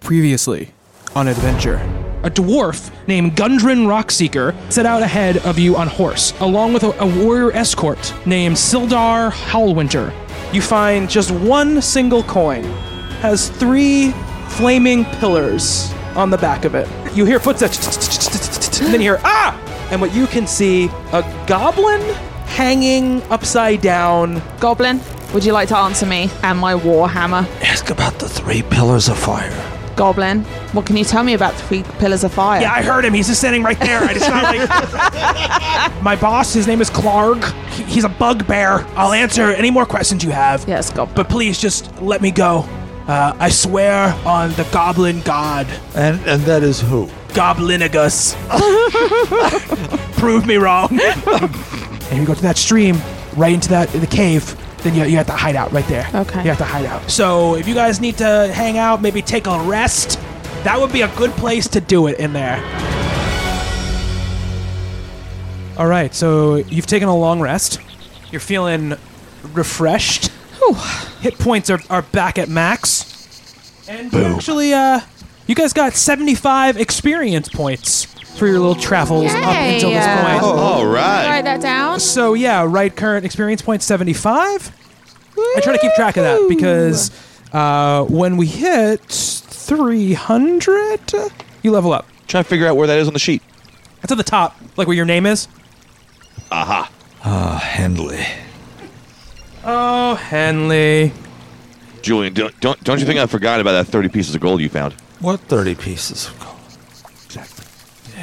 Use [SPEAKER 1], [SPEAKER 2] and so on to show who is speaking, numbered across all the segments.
[SPEAKER 1] Previously on Adventure.
[SPEAKER 2] A dwarf named Gundren Rockseeker set out ahead of you on horse, along with a, a warrior escort named Sildar Howlwinter. You find just one single coin, has three flaming pillars on the back of it. You hear footsteps, and then you hear ah, and what you can see a goblin hanging upside down.
[SPEAKER 3] Goblin, would you like to answer me and my warhammer?
[SPEAKER 4] Ask about the three pillars of fire.
[SPEAKER 3] Goblin, what can you tell me about the three pillars of fire?
[SPEAKER 2] Yeah, I heard him. He's just standing right there. I just not like my boss. His name is Clark. He- He's a bugbear. I'll answer any more questions you have.
[SPEAKER 3] Yes, Goblin.
[SPEAKER 2] But please just let me go. Uh, I swear on the Goblin God,
[SPEAKER 4] And and that is who?
[SPEAKER 2] Goblinagus. Prove me wrong. and you go to that stream, right into that the cave. Then you, you have to hide out right there.
[SPEAKER 3] Okay.
[SPEAKER 2] You have to hide out. So if you guys need to hang out, maybe take a rest. That would be a good place to do it in there. All right. So you've taken a long rest. You're feeling refreshed. Hit points are, are back at max. And you actually, uh, you guys got 75 experience points for your little travels up
[SPEAKER 3] Yay.
[SPEAKER 2] until this point.
[SPEAKER 5] All right.
[SPEAKER 3] Write that down.
[SPEAKER 2] So yeah, right current experience point seventy five. I try to keep track of that because uh, when we hit three hundred, you level up.
[SPEAKER 5] Trying to figure out where that is on the sheet.
[SPEAKER 2] That's at the top, like where your name is.
[SPEAKER 4] Henley.
[SPEAKER 2] Oh, Henley.
[SPEAKER 5] Julian, don't, don't don't you think I forgot about that thirty pieces of gold you found?
[SPEAKER 4] What thirty pieces of gold? Exactly.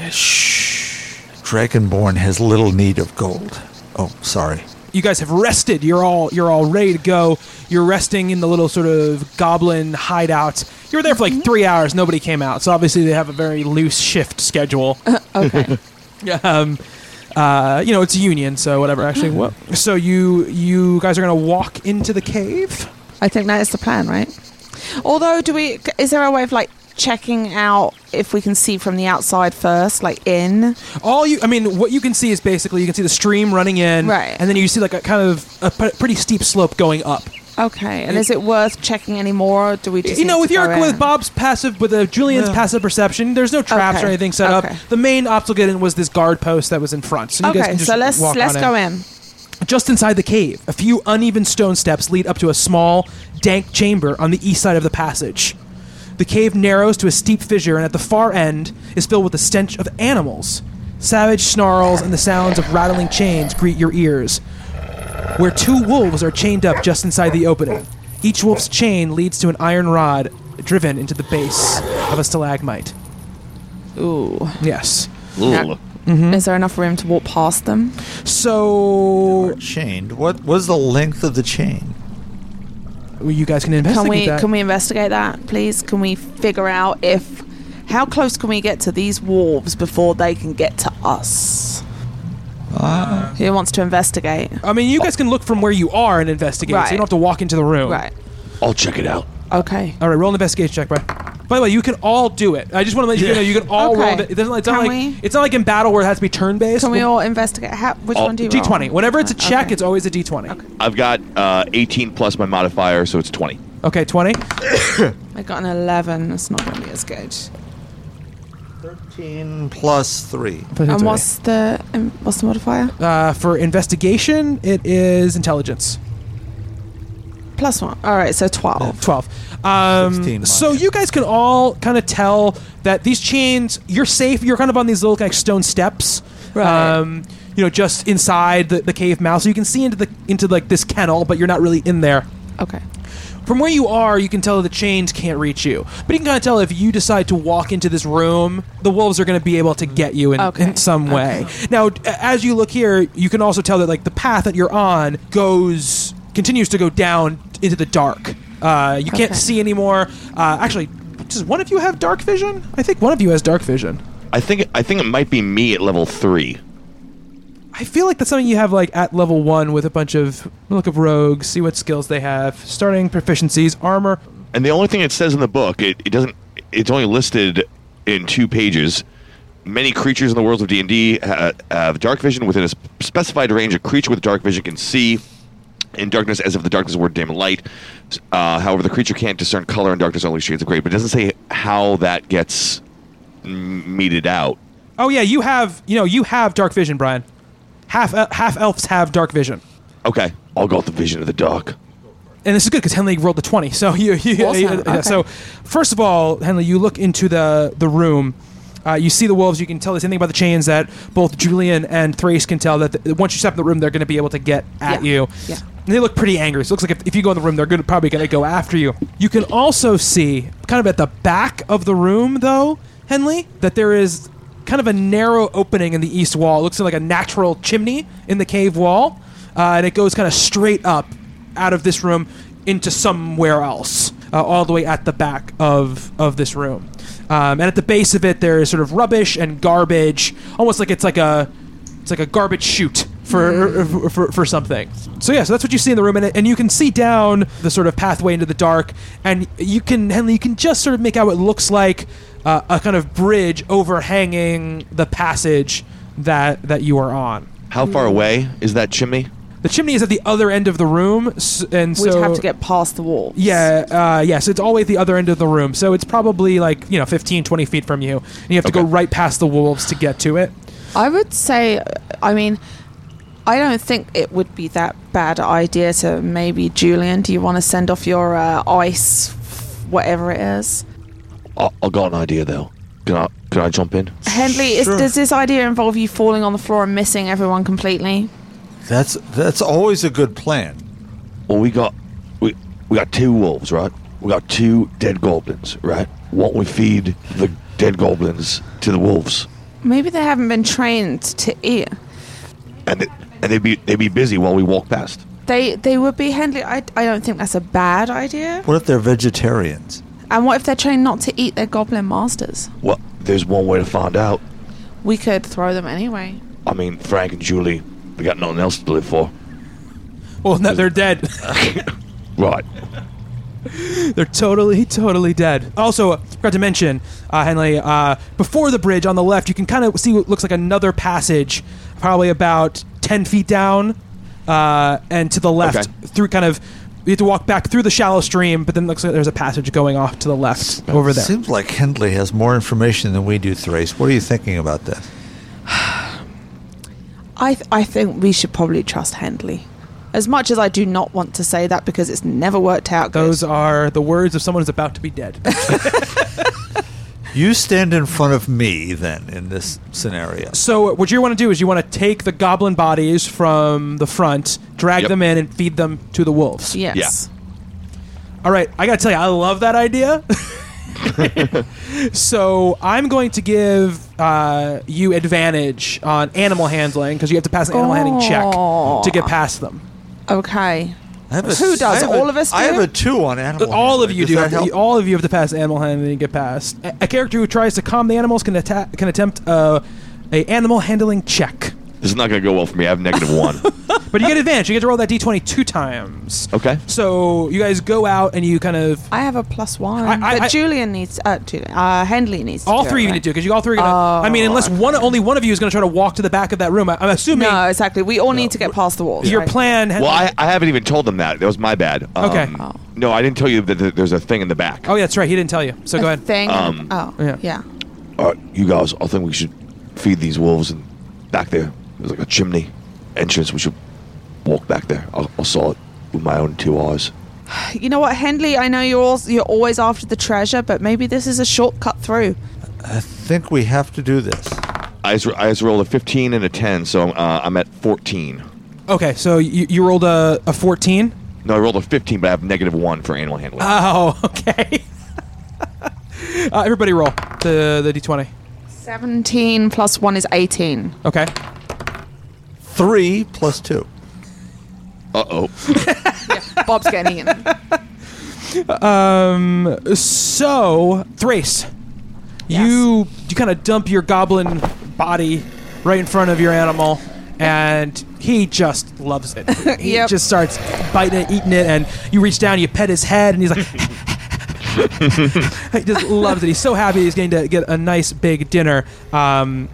[SPEAKER 4] Shh. Dragonborn has little need of gold. Oh, sorry.
[SPEAKER 2] You guys have rested. You're all you're all ready to go. You're resting in the little sort of goblin hideout. You were there
[SPEAKER 3] Mm-hmm.
[SPEAKER 2] for like three hours. Nobody came out, so obviously they have a very loose shift schedule.
[SPEAKER 3] Okay.
[SPEAKER 2] um, uh, you know, it's a union, so whatever. Actually, what?
[SPEAKER 3] Mm-hmm.
[SPEAKER 2] So you you guys are gonna walk into the cave.
[SPEAKER 3] I think that is the plan, right? Although, do we? Is there a way of like checking out if we can see from the outside first, like in?
[SPEAKER 2] All you, I mean, what you can see is basically you can see the stream running in,
[SPEAKER 3] Right.
[SPEAKER 2] And then you see like a kind of a p- pretty steep slope going up.
[SPEAKER 3] Okay. And is it worth checking any more? Or do we just?
[SPEAKER 2] you know,
[SPEAKER 3] need
[SPEAKER 2] with
[SPEAKER 3] to
[SPEAKER 2] your
[SPEAKER 3] go
[SPEAKER 2] with
[SPEAKER 3] in?
[SPEAKER 2] Bob's passive, with uh, Julian's passive perception, there's no traps
[SPEAKER 3] Okay.
[SPEAKER 2] or anything set
[SPEAKER 3] Okay.
[SPEAKER 2] up. The main obstacle in was this guard post that was in front. So you guys
[SPEAKER 3] Okay,
[SPEAKER 2] can just
[SPEAKER 3] so let's
[SPEAKER 2] walk
[SPEAKER 3] let's
[SPEAKER 2] on
[SPEAKER 3] go in.
[SPEAKER 2] Just inside the cave, a few uneven stone steps lead up to a small, dank chamber on the east side of the passage. The cave narrows to a steep fissure, and at the far end is filled with the stench of animals. Savage snarls and the sounds of rattling chains greet your ears, where two wolves are chained up just inside the opening. Each wolf's chain leads to an iron rod driven into the base of a stalagmite.
[SPEAKER 3] Ooh.
[SPEAKER 2] Yes.
[SPEAKER 5] Ooh.
[SPEAKER 3] Is there enough room to walk past them?
[SPEAKER 2] So
[SPEAKER 4] Chained. What was the length of the chain?
[SPEAKER 2] you guys can investigate
[SPEAKER 3] Can we
[SPEAKER 2] that.
[SPEAKER 3] can we investigate that, please? Can we figure out if how close can we get to these wolves before they can get to us?
[SPEAKER 2] Ah.
[SPEAKER 3] Who wants to investigate?
[SPEAKER 2] I mean, you guys can look from where you are and investigate. So
[SPEAKER 3] Right.
[SPEAKER 2] you don't have to walk into the room.
[SPEAKER 3] Right.
[SPEAKER 5] I'll check it out.
[SPEAKER 3] Okay.
[SPEAKER 2] All right. Roll an investigation check, Brad. By the way, you can all do it. I just want to let you know you can all
[SPEAKER 3] Okay.
[SPEAKER 2] roll. It doesn't. It's not
[SPEAKER 3] Can
[SPEAKER 2] like
[SPEAKER 3] we?
[SPEAKER 2] it's not like in battle where it has to be turn based.
[SPEAKER 3] Can we all investigate? How, which
[SPEAKER 5] Oh,
[SPEAKER 3] one do you
[SPEAKER 2] D twenty.
[SPEAKER 3] roll?
[SPEAKER 2] Whenever it's a check,
[SPEAKER 3] Okay.
[SPEAKER 2] it's always a D twenty. Okay.
[SPEAKER 5] I've got uh, eighteen plus my modifier, so it's twenty.
[SPEAKER 2] twenty.
[SPEAKER 3] I got an eleven. It's not going to be as good.
[SPEAKER 4] Thirteen plus three.
[SPEAKER 3] And what's the um, what's the modifier?
[SPEAKER 2] uh, for investigation? It is intelligence.
[SPEAKER 3] Plus one. All right, so twelve.
[SPEAKER 2] 12. Um,
[SPEAKER 4] 16
[SPEAKER 2] so
[SPEAKER 4] miles.
[SPEAKER 2] you guys can all kind of tell that these chains, you're safe. You're kind of on these little like stone steps.
[SPEAKER 3] Right.
[SPEAKER 2] Um, you know, just inside the, the cave mouth. So you can see into the into like this kennel, but you're not really in there.
[SPEAKER 3] Okay.
[SPEAKER 2] From where you are, you can tell the chains can't reach you. But you can kind of tell if you decide to walk into this room, the wolves are going to be able to get you in,
[SPEAKER 3] Okay.
[SPEAKER 2] in some way. Now, d- as you look here, you can also tell that like the path that you're on goes continues to go down into the dark. Uh, you can't
[SPEAKER 3] Okay.
[SPEAKER 2] see anymore. Uh, actually, does one of you have dark vision? I think one of you has dark vision.
[SPEAKER 5] I think I think it might be me at level three.
[SPEAKER 2] I feel like that's something you have like at level one with a bunch of look up rogues, see what skills they have, starting proficiencies, armor.
[SPEAKER 5] And the only thing it says in the book, it, it doesn't. It's only listed in two pages. Many creatures in the worlds of D and D uh, have dark vision within a sp- specified range. A creature with dark vision can see in darkness as if the darkness were dim light. S- Uh, however, the creature can't discern color in darkness, only shades of gray. But it doesn't say h- how that gets m- meted out.
[SPEAKER 2] Oh yeah, you have you know you have dark vision, Brian. Half uh, half elves have dark vision,
[SPEAKER 5] Okay, I'll go with the vision of the dark.
[SPEAKER 2] and this is good because Henley rolled the twenty. So you, you
[SPEAKER 3] Awesome,
[SPEAKER 2] yeah, yeah, so
[SPEAKER 3] okay.
[SPEAKER 2] first of all, Henley, you look into the the room. Uh, you see the wolves. You can tell there's anything about the chains that both Julian and Thrace can tell that th- once you step in the room, they're going to be able to get at
[SPEAKER 3] Yeah,
[SPEAKER 2] you.
[SPEAKER 3] yeah.
[SPEAKER 2] And they look pretty angry. So it looks like if, if you go in the room, they're gonna, probably going to go after you. You can also see, kind of at the back of the room, though, Henley, that there is kind of a narrow opening in the east wall. It looks like a natural chimney in the cave wall, uh, and it goes kind of straight up out of this room into somewhere else, uh, all the way at the back of of this room. Um, and at the base of it, there is sort of rubbish and garbage, almost like it's like a it's like a garbage chute for for, for something. So yeah, so that's what you see in the room, and, and you can see down the sort of pathway into the dark, and you can Henley, you can just sort of make out what looks like uh, a kind of bridge overhanging the passage that that you are on.
[SPEAKER 5] How far away is that chimney?
[SPEAKER 2] The chimney is at the other end of the room, s- and
[SPEAKER 3] We'd
[SPEAKER 2] so
[SPEAKER 3] have to get past the walls.
[SPEAKER 2] yeah, uh, yeah. So it's always the other end of the room. So it's probably like you know 15, 20 feet from you, and you have to go
[SPEAKER 5] Okay.
[SPEAKER 2] right past the wolves to get to it.
[SPEAKER 3] I would say, I mean, I don't think it would be that bad idea to maybe, Julian, do you want to send off your uh, ice, whatever it is?
[SPEAKER 5] I, I got an idea though. Can I can I jump in?
[SPEAKER 3] Henley, is, does this idea involve you falling on the floor and missing everyone completely?
[SPEAKER 4] That's that's always a good plan.
[SPEAKER 5] Well, we got we we got two wolves, right? We got two dead goblins, right? Won't we feed the dead goblins to the wolves?
[SPEAKER 3] Maybe they haven't been trained to eat.
[SPEAKER 5] And they, and they'd be they'd be busy while we walk past.
[SPEAKER 3] They they would be Henley. I, I don't think that's a bad idea.
[SPEAKER 4] What if they're vegetarians?
[SPEAKER 3] And what if they're trained not to eat their goblin masters?
[SPEAKER 5] Well, there's one way to find out.
[SPEAKER 3] We could throw them anyway.
[SPEAKER 5] I mean, Frank and Julie, they got nothing else to live for,
[SPEAKER 2] Well, no, they're dead.
[SPEAKER 5] right?
[SPEAKER 2] They're totally, totally dead. Also, forgot to mention, uh, Henley, uh, before the bridge on the left, you can kind of see what looks like another passage, probably about 10 feet down uh, and to the left,
[SPEAKER 5] Okay.
[SPEAKER 2] through kind of. You have to walk back through the shallow stream, but then it looks like there's a passage going off to the left over there.
[SPEAKER 4] Seems like Hendley has more information than we do, Thrace. What are you thinking about this?
[SPEAKER 3] I th- I think we should probably trust Henley. As much as I do not want to say that because it's never worked out good.
[SPEAKER 2] Those are the words of someone who's about to be dead.
[SPEAKER 4] You stand in front of me then in this scenario.
[SPEAKER 2] so, uh, what you want to do is you want to take the goblin bodies from the front, drag
[SPEAKER 5] Yep.
[SPEAKER 2] them in, and feed them to the wolves.
[SPEAKER 3] yes.
[SPEAKER 2] All right, I gotta tell you, I love that idea. so I'm going to give uh, you advantage on animal handling because you have to pass an animal handling check to get past them.
[SPEAKER 3] Okay.
[SPEAKER 4] I have a-
[SPEAKER 3] Who does?
[SPEAKER 4] I have a-
[SPEAKER 3] All of us
[SPEAKER 4] I
[SPEAKER 3] do?
[SPEAKER 4] have a two on animal.
[SPEAKER 2] all of
[SPEAKER 4] handling.
[SPEAKER 2] you
[SPEAKER 4] Does
[SPEAKER 2] do.
[SPEAKER 4] that
[SPEAKER 2] Have
[SPEAKER 4] help?
[SPEAKER 2] to, all of you have to pass animal handling to get past. A, a character who tries to calm the animals can atta- can attempt uh, a animal handling check,
[SPEAKER 5] This is not going to go well for me. I have negative one.
[SPEAKER 2] but you get advantage. You get to roll that d20 two times.
[SPEAKER 5] Okay.
[SPEAKER 2] So you guys go out and you kind of
[SPEAKER 3] I have a plus one.
[SPEAKER 2] I- I-
[SPEAKER 3] but
[SPEAKER 2] I-
[SPEAKER 3] Julian needs. Uh, Julian, uh, Henley needs.
[SPEAKER 2] All
[SPEAKER 3] to do
[SPEAKER 2] three of you
[SPEAKER 3] it, right? Oh,
[SPEAKER 2] need to, because you all three are gonna. I mean, unless one, only one of you is gonna try to walk to the back of that room. I, am assuming
[SPEAKER 3] No, exactly. We all need to get past the walls.
[SPEAKER 2] your
[SPEAKER 3] right?
[SPEAKER 2] plan.
[SPEAKER 5] Well, I, I haven't even told them that. That was my bad. Um,
[SPEAKER 2] Okay.
[SPEAKER 3] Oh.
[SPEAKER 5] No, I didn't tell you that th- there's a thing in the back.
[SPEAKER 2] oh yeah, that's right. He didn't tell you. So go
[SPEAKER 3] A
[SPEAKER 2] ahead.
[SPEAKER 3] Thing.
[SPEAKER 5] Um,
[SPEAKER 3] oh,
[SPEAKER 2] yeah.
[SPEAKER 3] yeah.
[SPEAKER 5] All right, you guys, I think we should feed these wolves. And back there, there's like a chimney entrance. We should walk back there. I, I saw it with my own two eyes.
[SPEAKER 3] You know what, Henley? I know you're all, you're always after the treasure, but maybe this is a shortcut through.
[SPEAKER 4] I think we have to do this.
[SPEAKER 5] I just, I just rolled a 15 and a 10, so uh, I'm at 14.
[SPEAKER 2] Okay, so you, you rolled a, a 14.
[SPEAKER 5] No, I rolled a 15, but I have negative one for animal handling.
[SPEAKER 2] Oh, okay. uh, everybody roll the the d20.
[SPEAKER 3] Seventeen plus one is eighteen.
[SPEAKER 2] Okay.
[SPEAKER 4] Three plus two.
[SPEAKER 5] Uh oh.
[SPEAKER 3] Bob's getting in.
[SPEAKER 2] So Thrace, you you kind of dump your goblin body right in front of your animal. And he just loves it. He
[SPEAKER 3] Yep.
[SPEAKER 2] just starts biting it, eating it, and you reach down, you pet his head, and he's like, he just loves it. He's so happy he's going to get a nice big dinner. Um,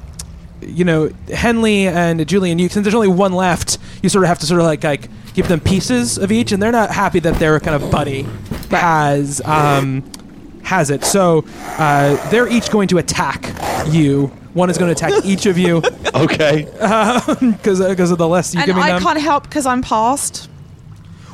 [SPEAKER 2] you know, Henley and Julian, you, since there's only one left, you sort of have to sort of like like give them pieces of each, and they're not happy that their kind of buddy has um, has it. So uh, they're each going to attack you. One is going to attack each of you
[SPEAKER 5] Okay.
[SPEAKER 2] because of the less you
[SPEAKER 3] and
[SPEAKER 2] give me
[SPEAKER 3] I
[SPEAKER 2] them.
[SPEAKER 3] can't help because I'm past.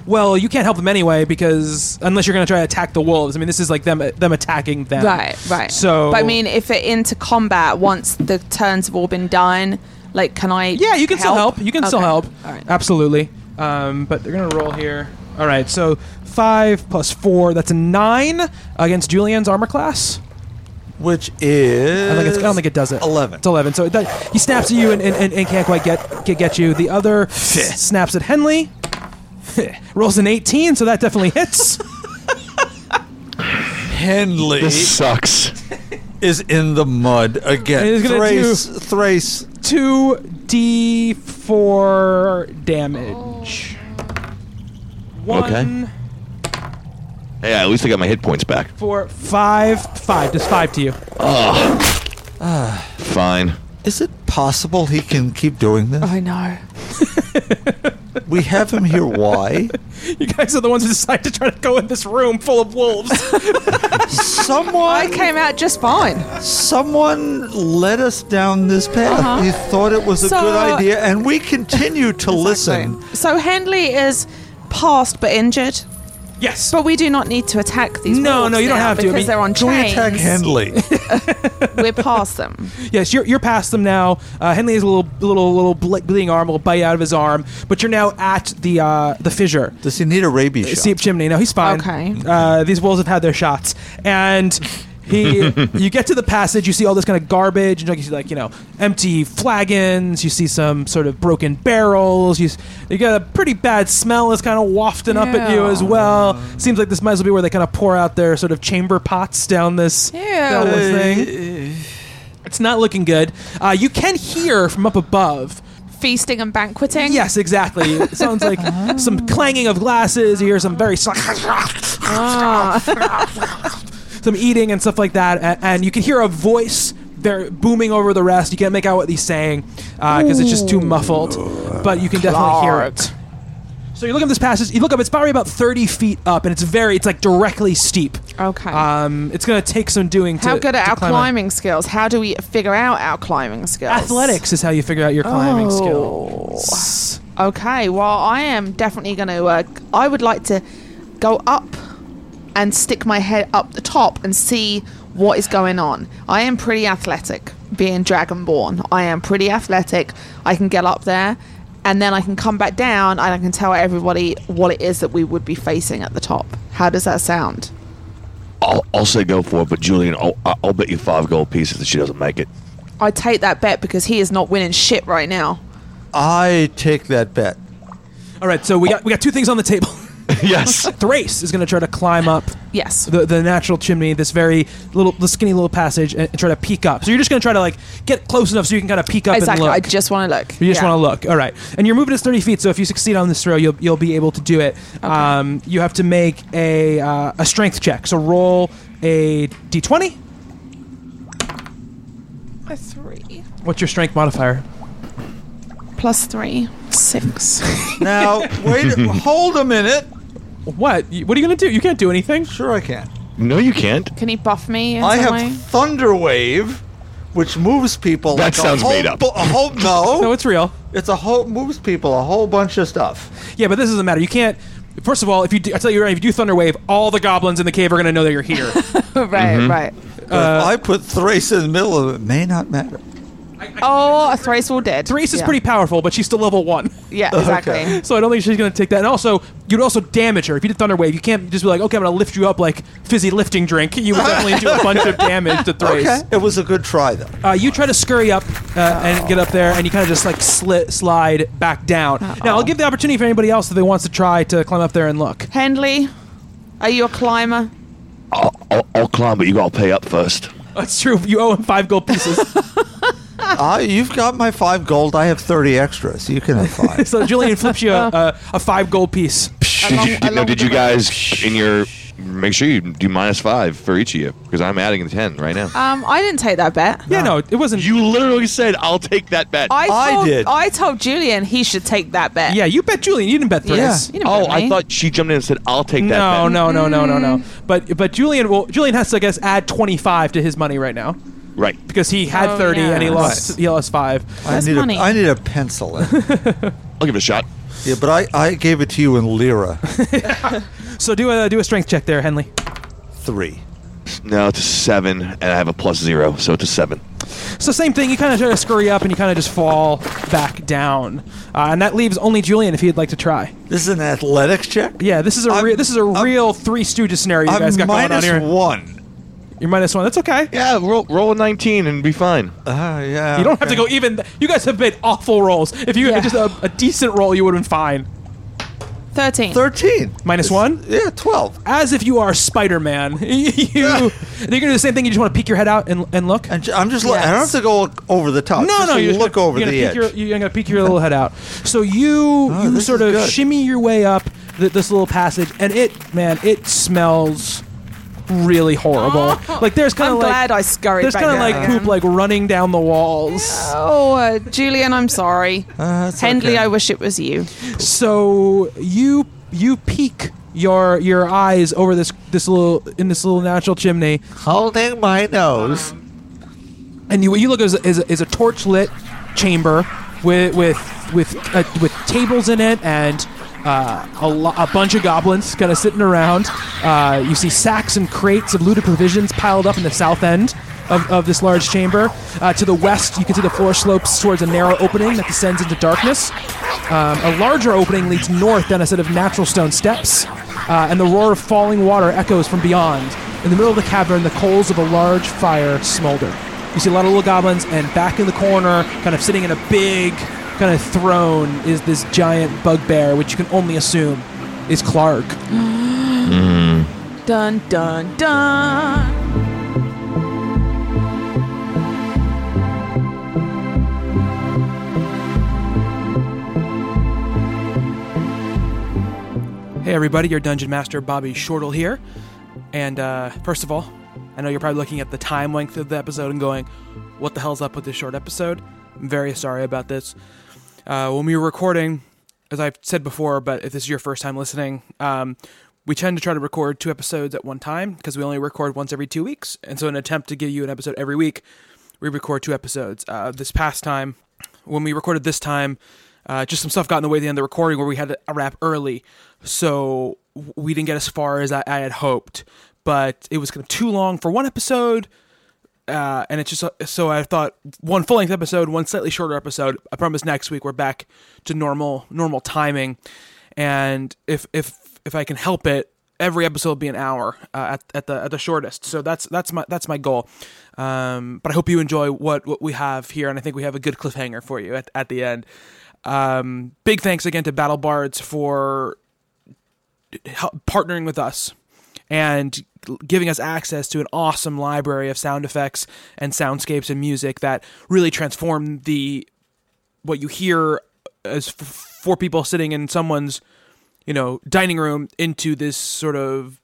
[SPEAKER 2] Well, you can't help them anyway because unless you're going to try to attack the wolves. I mean, this is like them them attacking them.
[SPEAKER 3] Right, right.
[SPEAKER 2] So
[SPEAKER 3] but I mean, if they're into combat once the turns have all been done, like, can I?
[SPEAKER 2] yeah, you can still help. You can still
[SPEAKER 3] Okay.
[SPEAKER 2] help.
[SPEAKER 3] All right. Oh,
[SPEAKER 2] Absolutely. Um, but they're going to roll here. All right. So five plus four. That's a nine against Julian's armor class.
[SPEAKER 4] Which is.
[SPEAKER 2] I, think it's, I don't think it does it.
[SPEAKER 4] 11.
[SPEAKER 2] It's 11. So that, he snaps at you and, and, and, and can't quite get, get get you. The other s- snaps at Henley. Rolls an 18, so that definitely hits.
[SPEAKER 4] Henley
[SPEAKER 5] This sucks.
[SPEAKER 4] is in the mud again.
[SPEAKER 2] And he's gonna
[SPEAKER 4] thrace,
[SPEAKER 2] do-
[SPEAKER 4] thrace.
[SPEAKER 2] 2d4 damage. One,
[SPEAKER 5] Okay. Hey, at least I got my hit points back.
[SPEAKER 2] four, five, five. Just five to you.
[SPEAKER 5] Fine.
[SPEAKER 4] Is it possible he can keep doing this?
[SPEAKER 3] I know.
[SPEAKER 4] We have him here. Why?
[SPEAKER 2] You guys are the ones who decide to try to go in this room full of wolves.
[SPEAKER 3] I
[SPEAKER 4] Someone,
[SPEAKER 3] came out just fine.
[SPEAKER 4] someone led us down this path.
[SPEAKER 2] Uh-huh.
[SPEAKER 4] He thought it was a
[SPEAKER 3] So-
[SPEAKER 4] good idea, and we continue to listen.
[SPEAKER 3] So Henley is past but injured,
[SPEAKER 2] yes.
[SPEAKER 3] but we do not need to attack these.
[SPEAKER 2] No,
[SPEAKER 3] wolves
[SPEAKER 2] no, you don't
[SPEAKER 3] now
[SPEAKER 2] have to. I
[SPEAKER 3] because
[SPEAKER 2] mean,
[SPEAKER 3] they're on
[SPEAKER 4] Can we
[SPEAKER 3] chains.
[SPEAKER 4] attack Henley?
[SPEAKER 3] We're past them.
[SPEAKER 2] Yes, you're, you're past them now. Uh, Henley has a little little little ble- bleeding arm, a little bite out of his arm, but you're now at the uh, the fissure.
[SPEAKER 4] Does he need a rabies shot?
[SPEAKER 2] Steep chimney. No, he's fine.
[SPEAKER 3] Okay.
[SPEAKER 2] Uh, these wolves have had their shots, and he. you get to the passage. You see all this kind of garbage, and you see like you know empty flagons. You see some sort of broken barrels. You s- you got a pretty bad smell that's kind of wafting up at you as
[SPEAKER 3] Ew.
[SPEAKER 2] well. Seems like this might as well be where they kind of pour out their sort of chamber pots down this
[SPEAKER 3] Ew.
[SPEAKER 2] down this thing. It's not looking good. Uh, you can hear from up above.
[SPEAKER 3] Feasting and banqueting.
[SPEAKER 2] Yes, exactly. It sounds like some clanging of glasses. You hear some very some eating and stuff like that, and, and you can hear a voice there booming over the rest. You can't make out what he's saying because it's just too muffled, but you can definitely hear it. So you look at this passage. You look up. It's probably about thirty feet up, and it's very. It's like directly steep.
[SPEAKER 3] Okay.
[SPEAKER 2] Um, it's going to take some doing. To,
[SPEAKER 3] How good are
[SPEAKER 2] to
[SPEAKER 3] our
[SPEAKER 2] climb it.
[SPEAKER 3] climbing skills? How do we figure out our climbing skills?
[SPEAKER 2] Athletics is how you figure out your climbing
[SPEAKER 3] Oh.
[SPEAKER 2] skills.
[SPEAKER 3] Okay, well, I am definitely going to. Uh, I would like to go up and stick my head up the top and see what is going on. I am pretty athletic, being dragonborn. I am pretty athletic. I can get up there and then I can come back down and I can tell everybody what it is that we would be facing at the top. How does that sound?
[SPEAKER 5] I'll, I'll say go for it, but Julian, I'll, I'll I'll bet you five gold pieces that she doesn't make it.
[SPEAKER 3] I take that bet because he is not winning shit right now.
[SPEAKER 4] I take that bet.
[SPEAKER 2] All right, so we got we got two things on the table.
[SPEAKER 5] yes.
[SPEAKER 2] Thrace is going to try to climb up
[SPEAKER 3] Yes.
[SPEAKER 2] the, the natural chimney, this very little, the skinny little passage, and, and try to peek up. So you're just going to try to like get close enough so you can kind of peek up
[SPEAKER 3] exactly.
[SPEAKER 2] and
[SPEAKER 3] I
[SPEAKER 2] look.
[SPEAKER 3] just want to look.
[SPEAKER 2] you just
[SPEAKER 3] Yeah.
[SPEAKER 2] want to look. All right, and your movement is 30 feet, so if you succeed on this throw, you'll you'll be able to do it. Um, you have to make a uh, a strength check. So roll a d20.
[SPEAKER 3] A three.
[SPEAKER 2] What's your strength modifier?
[SPEAKER 3] Plus three. Six.
[SPEAKER 4] Now, wait, hold a minute.
[SPEAKER 2] What? You- What are you going to do? You can't do anything.
[SPEAKER 4] Sure, I can.
[SPEAKER 5] No, you can't.
[SPEAKER 3] Can he buff me? In
[SPEAKER 4] I
[SPEAKER 3] some
[SPEAKER 4] have
[SPEAKER 3] way?
[SPEAKER 4] Thunder Wave, which moves people.
[SPEAKER 5] That
[SPEAKER 4] like
[SPEAKER 5] sounds
[SPEAKER 4] a whole
[SPEAKER 5] made up.
[SPEAKER 4] bu- a whole no,
[SPEAKER 2] No, it's real.
[SPEAKER 4] it's a whole moves people a whole bunch of stuff.
[SPEAKER 2] Yeah, but this doesn't matter. You can't. First of all, if you do, I tell you right, if you do Thunderwave, all the goblins in the cave are going to know that you're here.
[SPEAKER 3] right, right.
[SPEAKER 2] Uh,
[SPEAKER 4] But if I put Thrace in the middle of it, it may not matter.
[SPEAKER 3] Oh, a thrice all dead.
[SPEAKER 2] Thrace is
[SPEAKER 3] Yeah.
[SPEAKER 2] pretty powerful, but she's still level one,
[SPEAKER 3] Yeah, exactly.
[SPEAKER 2] so I don't think she's going to take that. And also, you'd also damage her if you did Thunderwave. You can't just be like, okay, I'm going to lift you up like fizzy lifting drink. You would definitely do a bunch of damage to Thrace.
[SPEAKER 4] Okay, it was a good try though.
[SPEAKER 2] Uh, you try to scurry up uh, and get up there, and you kind of just like slit, slide back down. Now, I'll give the opportunity for anybody else that wants to try to climb up there and look.
[SPEAKER 3] Henley, are you a climber?
[SPEAKER 5] I'll, I'll, I'll climb, but you gotta pay up first.
[SPEAKER 2] That's true. You owe him five gold pieces.
[SPEAKER 4] I, you've got my five gold. I have thirty extras. You can have five.
[SPEAKER 2] so Julian flips you a, a, a five gold piece.
[SPEAKER 5] Did you, did, no, did you guys in your make sure you do minus five for each of you because I'm adding ten right now.
[SPEAKER 3] Um, I didn't take that bet.
[SPEAKER 2] Yeah, no, it wasn't.
[SPEAKER 5] you literally said I'll take that bet.
[SPEAKER 3] I,
[SPEAKER 4] I
[SPEAKER 3] told,
[SPEAKER 4] did.
[SPEAKER 3] I told Julian he should take that bet.
[SPEAKER 2] yeah, you bet Julian. You didn't bet Thriz.
[SPEAKER 3] Yeah. You didn't
[SPEAKER 5] oh,
[SPEAKER 3] bet me.
[SPEAKER 5] I thought she jumped in and said I'll take that
[SPEAKER 2] No,
[SPEAKER 5] bet.
[SPEAKER 2] no, no, no, no, no.
[SPEAKER 3] Mm.
[SPEAKER 2] But but Julian will Julian has to I guess add twenty five to his money right now
[SPEAKER 5] Right.
[SPEAKER 2] because he had
[SPEAKER 3] Oh,
[SPEAKER 2] thirty and he
[SPEAKER 3] yeah.
[SPEAKER 2] lost he lost five.
[SPEAKER 4] I
[SPEAKER 3] That's
[SPEAKER 4] need,
[SPEAKER 3] money.
[SPEAKER 4] A, I need a pencil. yeah,
[SPEAKER 5] I'll give it a shot.
[SPEAKER 4] but I, I gave it to you in lira.
[SPEAKER 2] So do a do a strength check there, Henley.
[SPEAKER 4] Three.
[SPEAKER 5] No, it's a seven, and I have a plus zero, so it's a seven.
[SPEAKER 2] So same thing. You kind of try to scurry up and you kind of just fall back down, uh, and that leaves only Julian if he'd like to try.
[SPEAKER 4] This is an athletics check.
[SPEAKER 2] Yeah, this is a
[SPEAKER 4] I'm-
[SPEAKER 2] real this is a
[SPEAKER 4] I'm-
[SPEAKER 2] real Three Stooges scenario you
[SPEAKER 4] I'm
[SPEAKER 2] guys got going on
[SPEAKER 4] minus
[SPEAKER 2] here.
[SPEAKER 4] one.
[SPEAKER 2] You're minus one. That's okay.
[SPEAKER 5] Yeah, roll, roll a nineteen and be fine.
[SPEAKER 4] Ah, yeah.
[SPEAKER 2] You don't have to
[SPEAKER 4] okay.
[SPEAKER 2] go even. You guys have made awful rolls. If you
[SPEAKER 3] Yeah.
[SPEAKER 2] had just a, a decent roll, you would have been fine.
[SPEAKER 3] Thirteen.
[SPEAKER 4] Thirteen.
[SPEAKER 2] Minus one.
[SPEAKER 4] Yeah, twelve.
[SPEAKER 2] As if you are Spider Man, you you're gonna do the same thing. You just want to peek your head out and, and look.
[SPEAKER 4] And j- I'm just. Yes. I don't have
[SPEAKER 3] Yes.
[SPEAKER 4] to go look over the top.
[SPEAKER 2] no,
[SPEAKER 4] just
[SPEAKER 2] no,
[SPEAKER 4] to
[SPEAKER 2] you're just
[SPEAKER 4] look
[SPEAKER 2] gonna,
[SPEAKER 4] over
[SPEAKER 2] you're
[SPEAKER 4] the
[SPEAKER 2] gonna
[SPEAKER 4] edge.
[SPEAKER 2] peek your, You're gonna peek your little head out. So you
[SPEAKER 4] Oh,
[SPEAKER 2] you
[SPEAKER 4] this
[SPEAKER 2] sort
[SPEAKER 4] is
[SPEAKER 2] of
[SPEAKER 4] good.
[SPEAKER 2] shimmy your way up th- this little passage, and it man, it smells really horrible. Like there's kind
[SPEAKER 3] Oh, I'm
[SPEAKER 2] of like
[SPEAKER 3] glad I scurried.
[SPEAKER 2] there's
[SPEAKER 3] back
[SPEAKER 2] kind of
[SPEAKER 3] down
[SPEAKER 2] like
[SPEAKER 3] again.
[SPEAKER 2] poop like running down the walls.
[SPEAKER 3] Oh, uh, Julian, I'm sorry.
[SPEAKER 4] Uh, it's
[SPEAKER 3] Hendley,
[SPEAKER 4] okay.
[SPEAKER 3] I wish it was you.
[SPEAKER 2] So you you peek your your eyes over this this little in this little natural chimney,
[SPEAKER 4] holding my nose.
[SPEAKER 2] and you what you look is is, is a torch lit chamber with with with uh, with tables in it and. Uh, a, lo- a bunch of goblins kind of sitting around. Uh, you see sacks and crates of looted provisions piled up in the south end of, of this large chamber. Uh, to the west, you can see the floor slopes towards a narrow opening that descends into darkness. Um, a larger opening leads north down a set of natural stone steps, uh, and the roar of falling water echoes from beyond. In the middle of the cavern, the coals of a large fire smolder. You see a lot of little goblins, and back in the corner, kind of sitting in a big kind of throne, is this giant bugbear, which you can only assume is Clark.
[SPEAKER 3] Dun dun dun.
[SPEAKER 2] Hey, everybody, your dungeon master, Bobby Shortle, here. And uh, first of all, I know you're probably looking at the time length of the episode and going, what the hell's up with this short episode? I'm very sorry about this. Uh, when we were recording, as I've said before, but if this is your first time listening, um, we tend to try to record two episodes at one time because we only record once every two weeks. And so, in an attempt to give you an episode every week, we record two episodes. Uh, this past time, when we recorded this time, uh, just some stuff got in the way at the end of the recording where we had to wrap early. So w- we didn't get as far as I, I had hoped, but it was kind of too long for one episode. Uh, and it's just so I thought one full length episode, one slightly shorter episode. I promise next week we're back to normal normal timing, and if if if I can help it, every episode will be an hour uh, at, at the at the shortest. So that's that's my that's my goal. Um, but I hope you enjoy what what we have here, and I think we have a good cliffhanger for you at at the end. Um, big thanks again to Battle Bards for hel- partnering with us and giving us access to an awesome library of sound effects and soundscapes and music that really transform the what you hear as f- four people sitting in someone's you know dining room into this sort of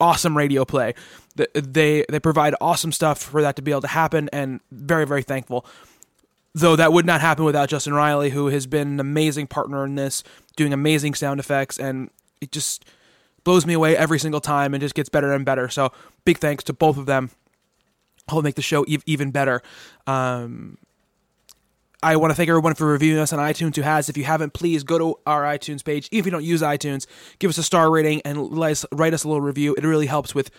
[SPEAKER 2] awesome radio play. Th- They they provide awesome stuff for that to be able to happen, and very very thankful. Though that would not happen without Justin Riley, who has been an amazing partner in this, doing amazing sound effects, and it just blows me away every single time, and just gets better and better. So big thanks to both of them. Help make the show ev- even better. Um, I want to thank everyone for reviewing us on iTunes who has. If you haven't, please go to our iTunes page. Even if you don't use iTunes, give us a star rating and let us- write us a little review. It really helps with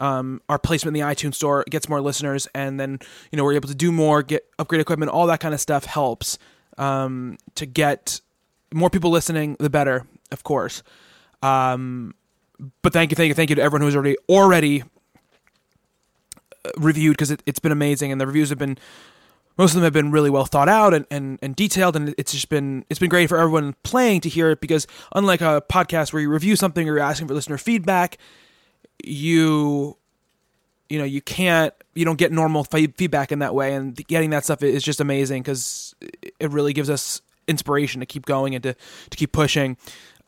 [SPEAKER 2] um, our placement in the iTunes store. It gets more listeners, and then you know we're able to do more, get upgrade equipment, all that kind of stuff helps um, to get more people listening. The better, of course. Um, but thank you, thank you, thank you to everyone who's already already uh, reviewed because it, it's been amazing, and the reviews have been most of them have been really well thought out and, and, and detailed and it's just been it's been great for everyone playing to hear it because unlike a podcast where you review something or you're asking for listener feedback you you know you can't you don't get normal fe- feedback in that way and getting that stuff is just amazing because it really gives us inspiration to keep going and to, to keep pushing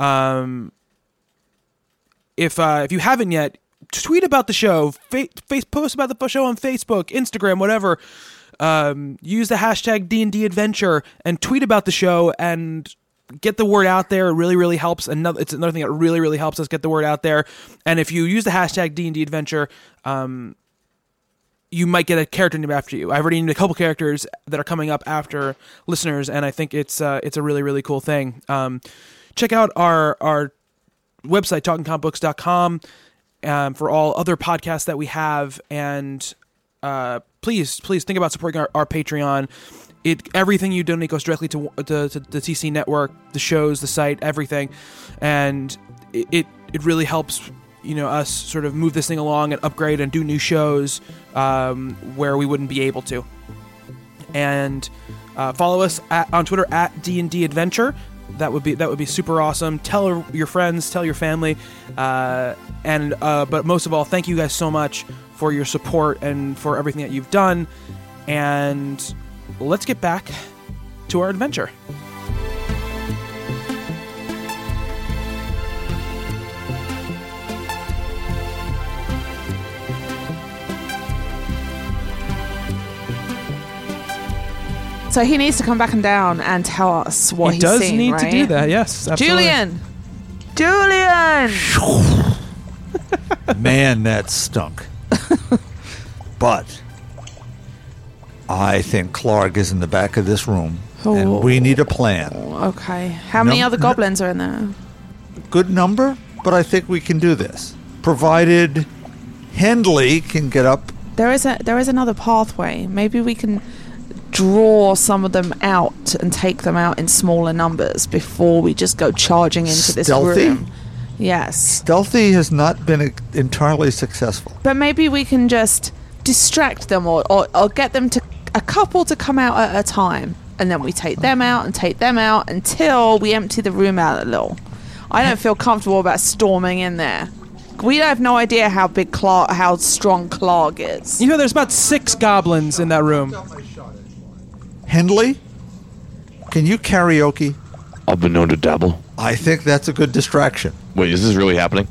[SPEAKER 2] um, if uh, if you haven't yet, tweet about the show, fa- face post about the show on Facebook, Instagram, whatever. Um, use the hashtag D and D Adventure and tweet about the show and get the word out there. It really really helps. Another it's another thing that really really helps us get the word out there. And if you use the hashtag D and D Adventure, um, you might get a character named after you. I've already named a couple characters that are coming up after listeners, and I think it's uh, it's a really really cool thing. Um, check out our our website talkingcombooks.com um, for all other podcasts that we have, and uh, please please think about supporting our, our Patreon. It everything you donate goes directly to, to to the TC network, the shows, the site, everything, and it it, it really helps you know us sort of move this thing along and upgrade and do new shows um, where we wouldn't be able to and uh, follow us at, on twitter at d&d adventure that would be that would be super awesome tell your friends tell your family uh, and uh, but most of all thank you guys so much for your support and for everything that you've done and let's get back to our adventure
[SPEAKER 3] So he needs to come back and down and tell us what
[SPEAKER 2] he
[SPEAKER 3] he's
[SPEAKER 2] does
[SPEAKER 3] seen,
[SPEAKER 2] need to
[SPEAKER 3] right?
[SPEAKER 2] do that yes absolutely.
[SPEAKER 3] Julian, Julian.
[SPEAKER 4] Man, that stunk. but I think Clark is in the back of this room, and
[SPEAKER 3] Oh.
[SPEAKER 4] we need a plan.
[SPEAKER 3] Okay. How many
[SPEAKER 4] No-
[SPEAKER 3] other goblins are in there?
[SPEAKER 4] Good number, but I think we can do this, provided Hendley can get up.
[SPEAKER 3] There is a there is another pathway. Maybe we can draw some of them out and take them out in smaller numbers before we just go charging into this
[SPEAKER 4] Stealthy?
[SPEAKER 3] room. Yes.
[SPEAKER 4] Stealthy has not been e- entirely successful.
[SPEAKER 3] But maybe we can just distract them or, or, or get them to a couple to come out at a time. And then we take them out and take them out until we empty the room out a little. I don't feel comfortable about storming in there. We have no idea how big Clark, how strong Clark is.
[SPEAKER 2] you know there's about six goblins in that room
[SPEAKER 4] Hendley, can you karaoke?
[SPEAKER 5] I've been known to dabble.
[SPEAKER 4] I think that's a good distraction.
[SPEAKER 5] Wait, is this really happening?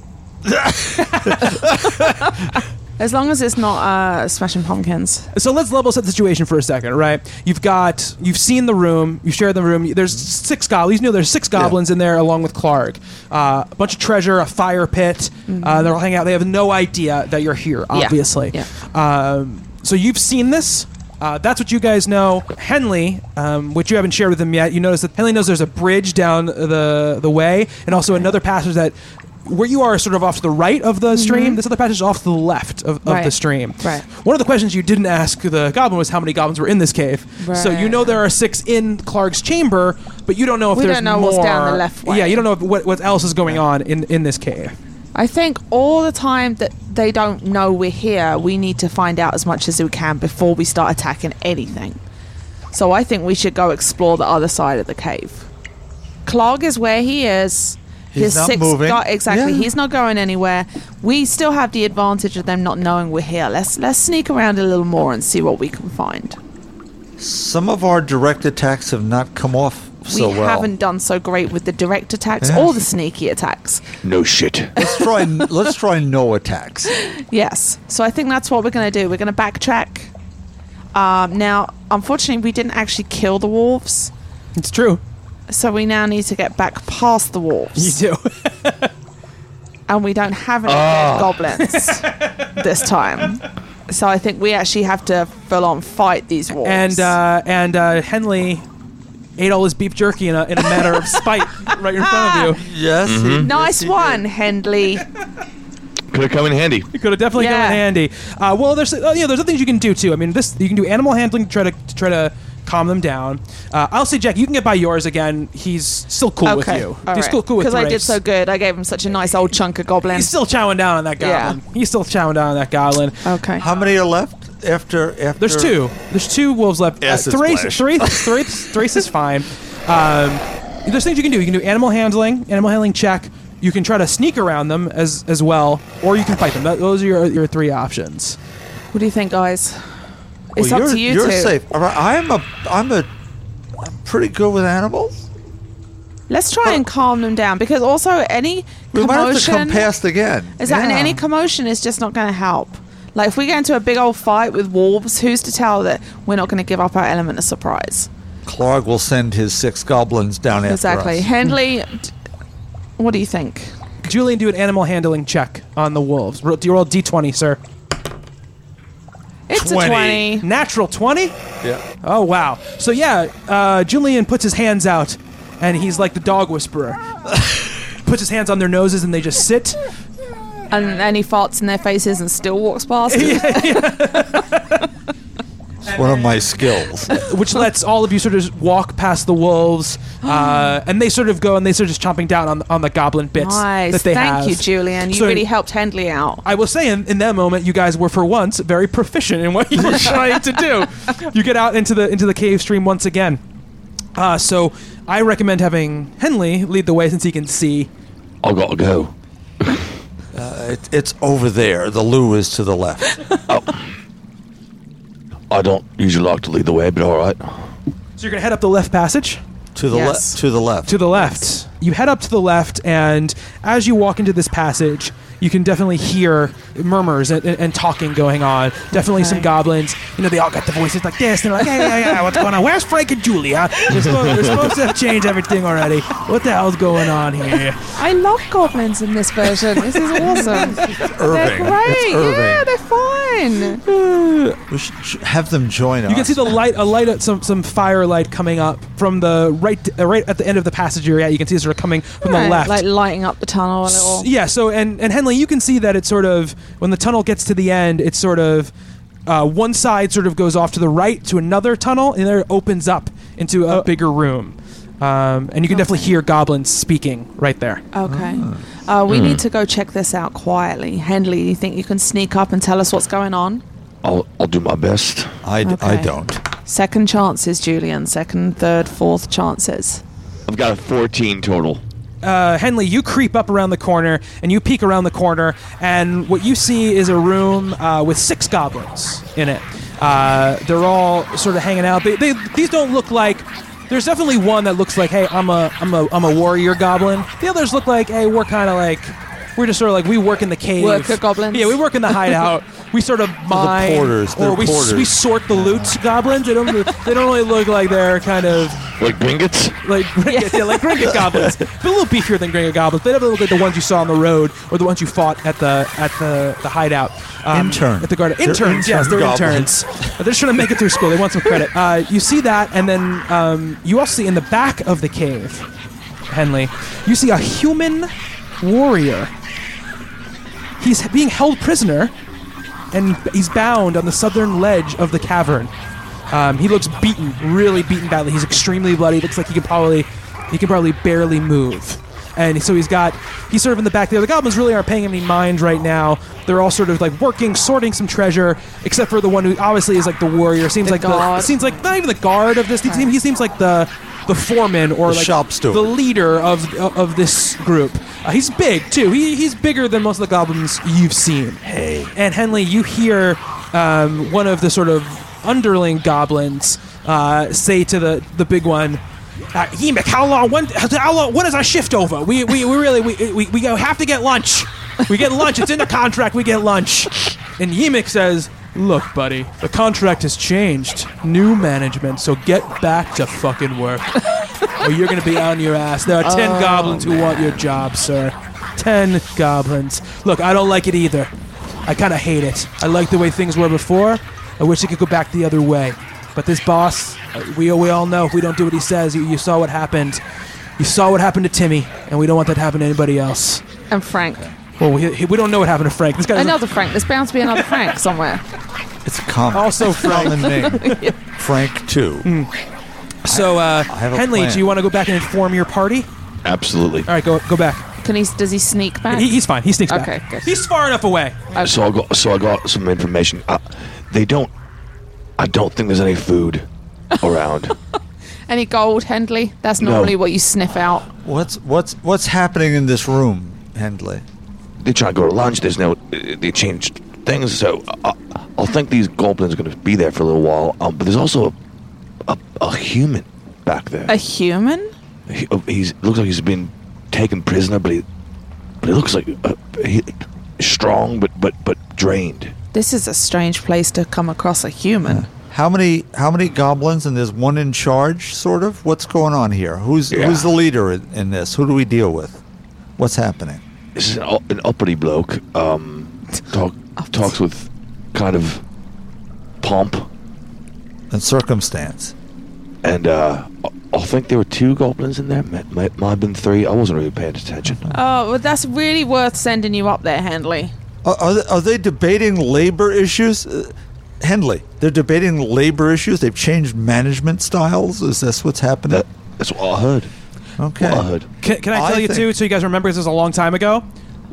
[SPEAKER 3] As long as it's not uh, smashing pumpkins.
[SPEAKER 2] So let's level set the situation for a second, right? You've got you've seen the room, you've shared the room. There's six goblins. You know there's six goblins in there along with Clark. Uh, a bunch of treasure, a fire pit. Uh, they're all hanging out. They have no idea that you're here, obviously.
[SPEAKER 3] Mm-hmm. yeah.
[SPEAKER 2] Um, so you've seen this. Uh, that's what you guys know. Henley, um, which you haven't shared with him yet, you notice that Henley knows there's a bridge down the the way, and also another passage that where you are is sort of off to the right of the stream. This other passage is off to the left of, of the
[SPEAKER 3] Mm-hmm. Right.
[SPEAKER 2] stream.
[SPEAKER 3] Right.
[SPEAKER 2] One of the questions you didn't ask the goblin was how many goblins were in this cave. So you
[SPEAKER 3] Right.
[SPEAKER 2] know there are six in Clark's chamber, but you don't know if
[SPEAKER 3] We
[SPEAKER 2] there's
[SPEAKER 3] don't know
[SPEAKER 2] more.
[SPEAKER 3] what's down the left way.
[SPEAKER 2] Yeah, you don't know if, what, what else is going on in, in this cave.
[SPEAKER 3] I think all the time that they don't know we're here, we need to find out as much as we can before we start attacking anything. So I think we should go explore the other side of the cave. Clog is where he is.
[SPEAKER 4] He's
[SPEAKER 3] His
[SPEAKER 4] not moving.
[SPEAKER 3] exactly.
[SPEAKER 4] Yeah.
[SPEAKER 3] He's not going anywhere. We still have the advantage of them not knowing we're here. Let's let's sneak around a little more and see what we can find.
[SPEAKER 4] Some of our direct attacks have not come off so
[SPEAKER 3] we
[SPEAKER 4] well.
[SPEAKER 3] haven't done so great with the direct attacks
[SPEAKER 4] Yeah.
[SPEAKER 3] or the sneaky attacks.
[SPEAKER 5] No shit.
[SPEAKER 4] let's try. Let's try no attacks.
[SPEAKER 3] Yes. So I think that's what we're going to do. We're going to backtrack. Um, now, unfortunately, we didn't actually kill the wolves,
[SPEAKER 2] It's true.
[SPEAKER 3] so we now need to get back past the
[SPEAKER 2] You
[SPEAKER 3] wolves,
[SPEAKER 2] do.
[SPEAKER 3] and we don't have any
[SPEAKER 4] Ah.
[SPEAKER 3] dead goblins this time. So I think we actually have to full on fight these wolves.
[SPEAKER 2] and uh, and uh, Henley ate all his beef jerky in a, in a matter of spite right in front of you.
[SPEAKER 4] Mm. Yes.
[SPEAKER 3] nice one, Hendley.
[SPEAKER 5] Could have come in handy.
[SPEAKER 2] It could have definitely come in
[SPEAKER 3] Yeah.
[SPEAKER 2] handy. Uh, well, there's uh, you know there's other things you can do too. I mean, this you can do animal handling to try to, to try to calm them down. Uh, I'll say, Jack, you can get by yours again. He's still cool with
[SPEAKER 3] Okay,
[SPEAKER 2] you. He's still cool with
[SPEAKER 3] because I did
[SPEAKER 2] Thrace.
[SPEAKER 3] so good. I gave him such a nice old chunk of goblin.
[SPEAKER 2] He's still chowing down on that
[SPEAKER 3] Yeah. Oh,
[SPEAKER 2] goblin. He's still chowing down on that goblin.
[SPEAKER 3] Okay.
[SPEAKER 4] How many are left after? After
[SPEAKER 2] There's two. There's two wolves left. Uh,
[SPEAKER 4] Acid
[SPEAKER 2] Thrace,
[SPEAKER 4] splash.
[SPEAKER 2] Thrace, Thrace, Thrace is fine. Um, there's things you can do. You can do animal handling, animal handling check. You can try to sneak around them as as well, or you can fight them. That, those are your, your three options.
[SPEAKER 3] What do you think, guys? It's
[SPEAKER 4] Well,
[SPEAKER 3] up
[SPEAKER 4] you're,
[SPEAKER 3] to you
[SPEAKER 4] You're
[SPEAKER 3] two.
[SPEAKER 4] safe. All right, I'm a. I'm a. I'm pretty good with animals.
[SPEAKER 3] Let's try and calm them down because also any
[SPEAKER 4] We might have to
[SPEAKER 3] commotion
[SPEAKER 4] come past again.
[SPEAKER 3] is that and
[SPEAKER 4] Yeah.
[SPEAKER 3] any commotion is just not going to help. Like if we get into a big old fight with wolves, who's to tell that we're not going to give up our element of surprise?
[SPEAKER 4] Clark will send his six goblins down after
[SPEAKER 3] exactly.
[SPEAKER 4] us.
[SPEAKER 3] Henley, d- what do you think?
[SPEAKER 2] Julian, do an animal handling check on the wolves. Roll- Do you roll d20, sir?
[SPEAKER 3] It's
[SPEAKER 4] 20.
[SPEAKER 3] a twenty.
[SPEAKER 2] Natural 20?
[SPEAKER 4] Yeah.
[SPEAKER 2] Oh, wow. So, yeah, uh, Julian puts his hands out, and he's like the dog whisperer. puts his hands on their noses, and they just sit.
[SPEAKER 3] And then he farts in their faces and still walks past.
[SPEAKER 4] It's one of my skills.
[SPEAKER 2] which lets all of you sort of walk past the wolves, uh, and they sort of go and they sort of just chomping down on on the goblin bits
[SPEAKER 3] Nice.
[SPEAKER 2] that they
[SPEAKER 3] Thank
[SPEAKER 2] have.
[SPEAKER 3] you, Julian. You
[SPEAKER 2] So-
[SPEAKER 3] really helped Henley out.
[SPEAKER 2] I will say, in, in that moment, you guys were for once very proficient in what you were trying to do. You get out into the into the cave stream once again. Uh, so I recommend having Henley lead the way since he can see.
[SPEAKER 5] I'll go. I'll go.
[SPEAKER 4] it, it's over there. The loo is to the left.
[SPEAKER 5] I don't usually like to lead the way, but all right.
[SPEAKER 2] So you're gonna head up the left passage.
[SPEAKER 4] To the
[SPEAKER 3] Yes.
[SPEAKER 4] left. To the left.
[SPEAKER 2] to the left. You head up to the left, and as you walk into this passage, you can definitely hear murmurs and, and, and talking going on. Definitely some
[SPEAKER 3] Okay.
[SPEAKER 2] goblins. You know, they all got the voices like this. They're like, "Yeah, yeah, yeah, what's going on? Where's Frank and Julia? We're supposed, we're supposed to have changed everything already. What the hell's going on here?"
[SPEAKER 3] I love goblins in this version. This is awesome. They're
[SPEAKER 4] Irving.
[SPEAKER 3] great.
[SPEAKER 4] It's Irving.
[SPEAKER 3] Yeah, they're fine.
[SPEAKER 4] We should j- have them join us.
[SPEAKER 2] You can see the light, a light, at some some firelight coming up from the right, uh, right at the end of the passage you're at. You can see it sort of coming from the
[SPEAKER 3] Right,
[SPEAKER 2] left,
[SPEAKER 3] Like lighting up the tunnel a little.
[SPEAKER 2] Yeah, so and and Henley, you can see that it's sort of when the tunnel gets to the end, it's sort of uh, one side sort of goes off to the right to another tunnel, and there it opens up into a bigger room. Um, and you can definitely hear goblins speaking right there.
[SPEAKER 3] Okay. Uh, we need to go check this out quietly. Henley, you think you can sneak up and tell us what's going on?
[SPEAKER 5] I'll I'll do my best.
[SPEAKER 4] I, d- I
[SPEAKER 3] Okay.
[SPEAKER 4] don't.
[SPEAKER 3] Second chances, Julian. Second, third, fourth chances.
[SPEAKER 5] I've got a 14 total.
[SPEAKER 2] Uh, Henley, you creep up around the corner and you peek around the corner, and what you see is a room uh, with six goblins in it. Uh, they're all sort of hanging out. They, they, these don't look like. There's definitely one that looks like, hey, I'm a, I'm a, I'm a warrior goblin. The others look like, hey, we're kind of like, we're just sort of like we work in the cave.
[SPEAKER 3] Worker goblins.
[SPEAKER 2] Yeah, we work in the hideout. we sort of mine
[SPEAKER 4] porters, they're
[SPEAKER 2] or we s- we
[SPEAKER 4] porters.
[SPEAKER 2] sort the loot goblins. They don't they don't really look like they're kind of
[SPEAKER 5] Like Gringotts?
[SPEAKER 2] like Gringot, yeah, like Gringot goblins. They're a little beefier than Gringot goblins. They definitely look like the ones you saw on the road or the ones you fought at the at the, the hideout. Um,
[SPEAKER 4] Intern.
[SPEAKER 2] At the garden.
[SPEAKER 4] They're
[SPEAKER 2] Interns, yes,
[SPEAKER 4] intern
[SPEAKER 2] they're interns.
[SPEAKER 4] goblins.
[SPEAKER 2] Uh, They're just trying to make it through school. They want some credit. Uh, you see that, and then um, you also see in the back of the cave, Henley, you see a human warrior. He's being held prisoner, and he's bound on the southern ledge of the cavern. Um, he looks beaten, really beaten badly. He's extremely bloody. Looks like he can probably, he can probably barely move. And so he's got, he's sort of in the back there. The goblins really aren't paying him any mind right now. They're all sort of like working, sorting some treasure, except for the one who obviously is like the warrior. Seems
[SPEAKER 3] The
[SPEAKER 2] like the
[SPEAKER 3] guard.
[SPEAKER 2] seems like not even the guard of this. He seems, he seems like the the foreman or
[SPEAKER 4] The
[SPEAKER 2] like
[SPEAKER 4] shop steward.
[SPEAKER 2] the leader of of this group. Uh, he's big too. He, he's bigger than most of the goblins you've seen. Hey. And Henley, you hear um, one of the sort of underling goblins uh, say to the the big one. Uh, Yemek, how long? When, how long? When is our shift over? We we, we really we, we we have to get lunch. We get lunch. It's in the contract. We get lunch. And Yemek says, "Look, buddy, the contract has changed. New management. So get back to fucking work." or you're going to be on your ass. There are 10 goblins who want your job, sir. 10 goblins. Look, I don't like it either. I kind of hate it. I like the way things were before. I wish it could go back the other way. But this boss, uh, we, we all know if we don't do what he says, you, you saw what happened. You saw what happened to Timmy, and we don't want that to happen to anybody else.
[SPEAKER 3] And Frank.
[SPEAKER 2] Well, we, we don't know what happened to Frank. This guy doesn't-
[SPEAKER 3] Another Frank. There's bound to be another Frank somewhere.
[SPEAKER 4] It's a common.
[SPEAKER 2] Also
[SPEAKER 4] Frank. name. Frank too.
[SPEAKER 2] So, uh,
[SPEAKER 4] have a
[SPEAKER 2] Henley,
[SPEAKER 4] plan.
[SPEAKER 2] do you want to go back and inform your party?
[SPEAKER 5] Absolutely.
[SPEAKER 2] All right, go go back.
[SPEAKER 3] Can he? Does he sneak back?
[SPEAKER 2] He, he's fine. He sneaks
[SPEAKER 3] Okay,
[SPEAKER 2] back.
[SPEAKER 3] good.
[SPEAKER 2] He's far enough away.
[SPEAKER 5] So I got so I got some information. Uh, they don't. I don't think there's any food around.
[SPEAKER 3] Any gold, Henley? That's
[SPEAKER 5] No.
[SPEAKER 3] normally what you sniff out.
[SPEAKER 4] What's what's what's happening in this room, Hendley?
[SPEAKER 5] they try to go to lunch. There's no. uh, They changed things, so I, I'll think these goblins are going to be there for a little while. Um, but there's also a, a, a human back there.
[SPEAKER 3] A human?
[SPEAKER 5] He, oh, he's looks like he's been taken prisoner, but he, but he looks like uh, he, strong, but but but drained.
[SPEAKER 3] This is a strange place to come across a human.
[SPEAKER 4] How many how many goblins and there's one in charge sort of? What's going on here? Who's
[SPEAKER 5] Yeah.
[SPEAKER 4] who's the leader in, in this? Who do we deal with? What's happening?
[SPEAKER 5] This is an, up- an uppity bloke. Um, talk, talks with kind of pomp,
[SPEAKER 4] And circumstance.
[SPEAKER 5] and uh, I- I think there were two goblins in there. Might, might, might have been three. I wasn't really paying attention.
[SPEAKER 3] Oh, well, that's really worth sending you up there, Handley.
[SPEAKER 4] Are, are, they, are they debating labor issues? Uh, Henley, they're debating labor issues. They've changed management styles. Is this what's happening?
[SPEAKER 5] That, that's what I heard.
[SPEAKER 4] okay.
[SPEAKER 5] Uh, What I heard.
[SPEAKER 1] Can, can I
[SPEAKER 4] I
[SPEAKER 1] tell you
[SPEAKER 4] think-
[SPEAKER 1] too, so you guys remember this was a long time ago?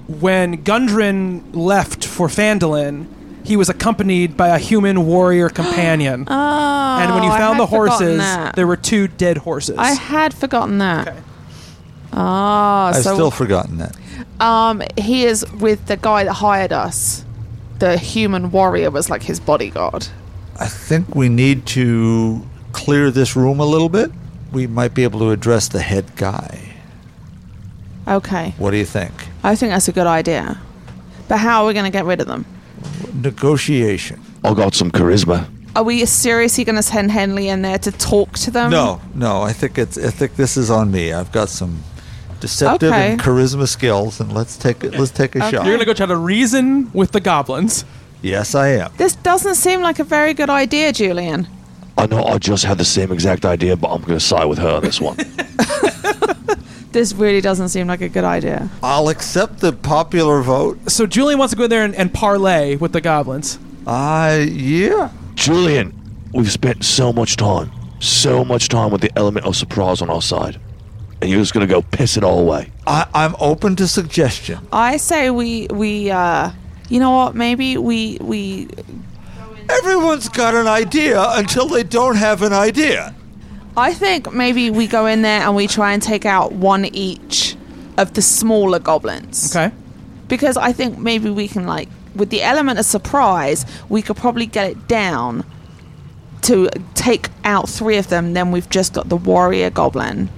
[SPEAKER 1] When Gundren left for Phandalin, he was accompanied by a human warrior companion.
[SPEAKER 3] Oh,
[SPEAKER 1] and when you
[SPEAKER 3] I
[SPEAKER 1] found
[SPEAKER 3] had
[SPEAKER 1] the
[SPEAKER 3] forgotten
[SPEAKER 1] horses,
[SPEAKER 3] that.
[SPEAKER 1] there were two dead horses.
[SPEAKER 3] I had forgotten that.
[SPEAKER 1] Okay.
[SPEAKER 3] Ah,
[SPEAKER 4] I've
[SPEAKER 3] so
[SPEAKER 4] still forgotten that.
[SPEAKER 3] um, he is with the guy that hired us. The human warrior was like his bodyguard.
[SPEAKER 4] I think we need to clear this room a little bit. We might be able to address the head guy.
[SPEAKER 3] Okay,
[SPEAKER 4] What do you think?
[SPEAKER 3] I think that's a good idea. But how are we going to get rid of them?
[SPEAKER 4] Negotiation.
[SPEAKER 5] I got some charisma.
[SPEAKER 3] Are we seriously going to send Henley in there to talk to them?
[SPEAKER 4] No, no. I think it's. I think this is on me. I've got some deceptive and
[SPEAKER 3] Okay.
[SPEAKER 4] charisma skills, and let's take it. Let's take a
[SPEAKER 3] Okay.
[SPEAKER 4] shot.
[SPEAKER 1] You're going to go try to reason with the goblins.
[SPEAKER 4] yes, I am.
[SPEAKER 3] This doesn't seem like a very good idea, Julian.
[SPEAKER 5] I know I just had the same exact idea, but I'm going to side with her on this one.
[SPEAKER 3] This really doesn't seem like a good idea.
[SPEAKER 4] I'll accept the popular vote.
[SPEAKER 1] So Julian wants to go in there and, and parlay with the goblins.
[SPEAKER 4] Uh, yeah.
[SPEAKER 5] Julian, we've spent so much time, so much time with the element of surprise on our side, and you're just going to go piss it all away.
[SPEAKER 4] I, I'm open to suggestion.
[SPEAKER 3] I say we we uh you know what, maybe we we
[SPEAKER 4] Everyone's got an idea until they don't have an idea.
[SPEAKER 3] I think maybe we go in there and we try and take out one each of the smaller goblins.
[SPEAKER 1] Okay.
[SPEAKER 3] Because I think maybe we can like with the element of surprise, we could probably get it down to take out three of them, then we've just got the warrior goblin.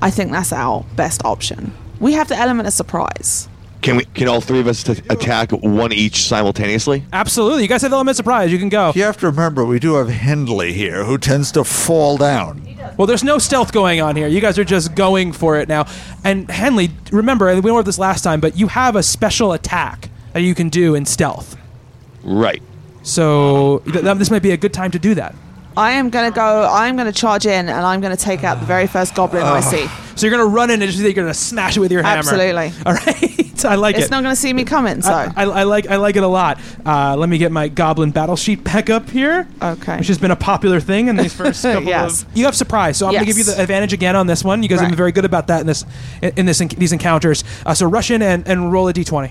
[SPEAKER 3] I think that's our best option. We have the element of surprise.
[SPEAKER 5] Can we? Can all three of us t- attack one each simultaneously?
[SPEAKER 1] Absolutely. You guys have the element of surprise. You can go.
[SPEAKER 4] You have to remember, we do have Hendley here, who tends to fall down.
[SPEAKER 1] Well, there's no stealth going on here. You guys are just going for it now. And Henley, remember, and we went over this last time, but you have a special attack that you can do in stealth.
[SPEAKER 5] Right.
[SPEAKER 1] So th- th- this might be a good time to do that.
[SPEAKER 3] I am gonna go. I'm gonna charge in, and I'm gonna take out the very first goblin
[SPEAKER 1] Ah.
[SPEAKER 3] I see.
[SPEAKER 1] So you're gonna run in and just you're gonna smash it with your hammer.
[SPEAKER 3] Absolutely.
[SPEAKER 1] All right. I like
[SPEAKER 3] It's
[SPEAKER 1] it.
[SPEAKER 3] not gonna see me coming. So
[SPEAKER 1] I, I, I like I like it a lot. Uh, let me get my goblin battle sheet back up here.
[SPEAKER 3] Okay.
[SPEAKER 1] Which has been a popular thing in these first couple
[SPEAKER 3] Yes.
[SPEAKER 1] of. You have surprise, so I'm gonna give you
[SPEAKER 3] Yes.
[SPEAKER 1] the advantage again on this one. You guys have
[SPEAKER 3] Right.
[SPEAKER 1] been very good about that in this in, in this in, these encounters. Uh, so rush in and, and roll a d20.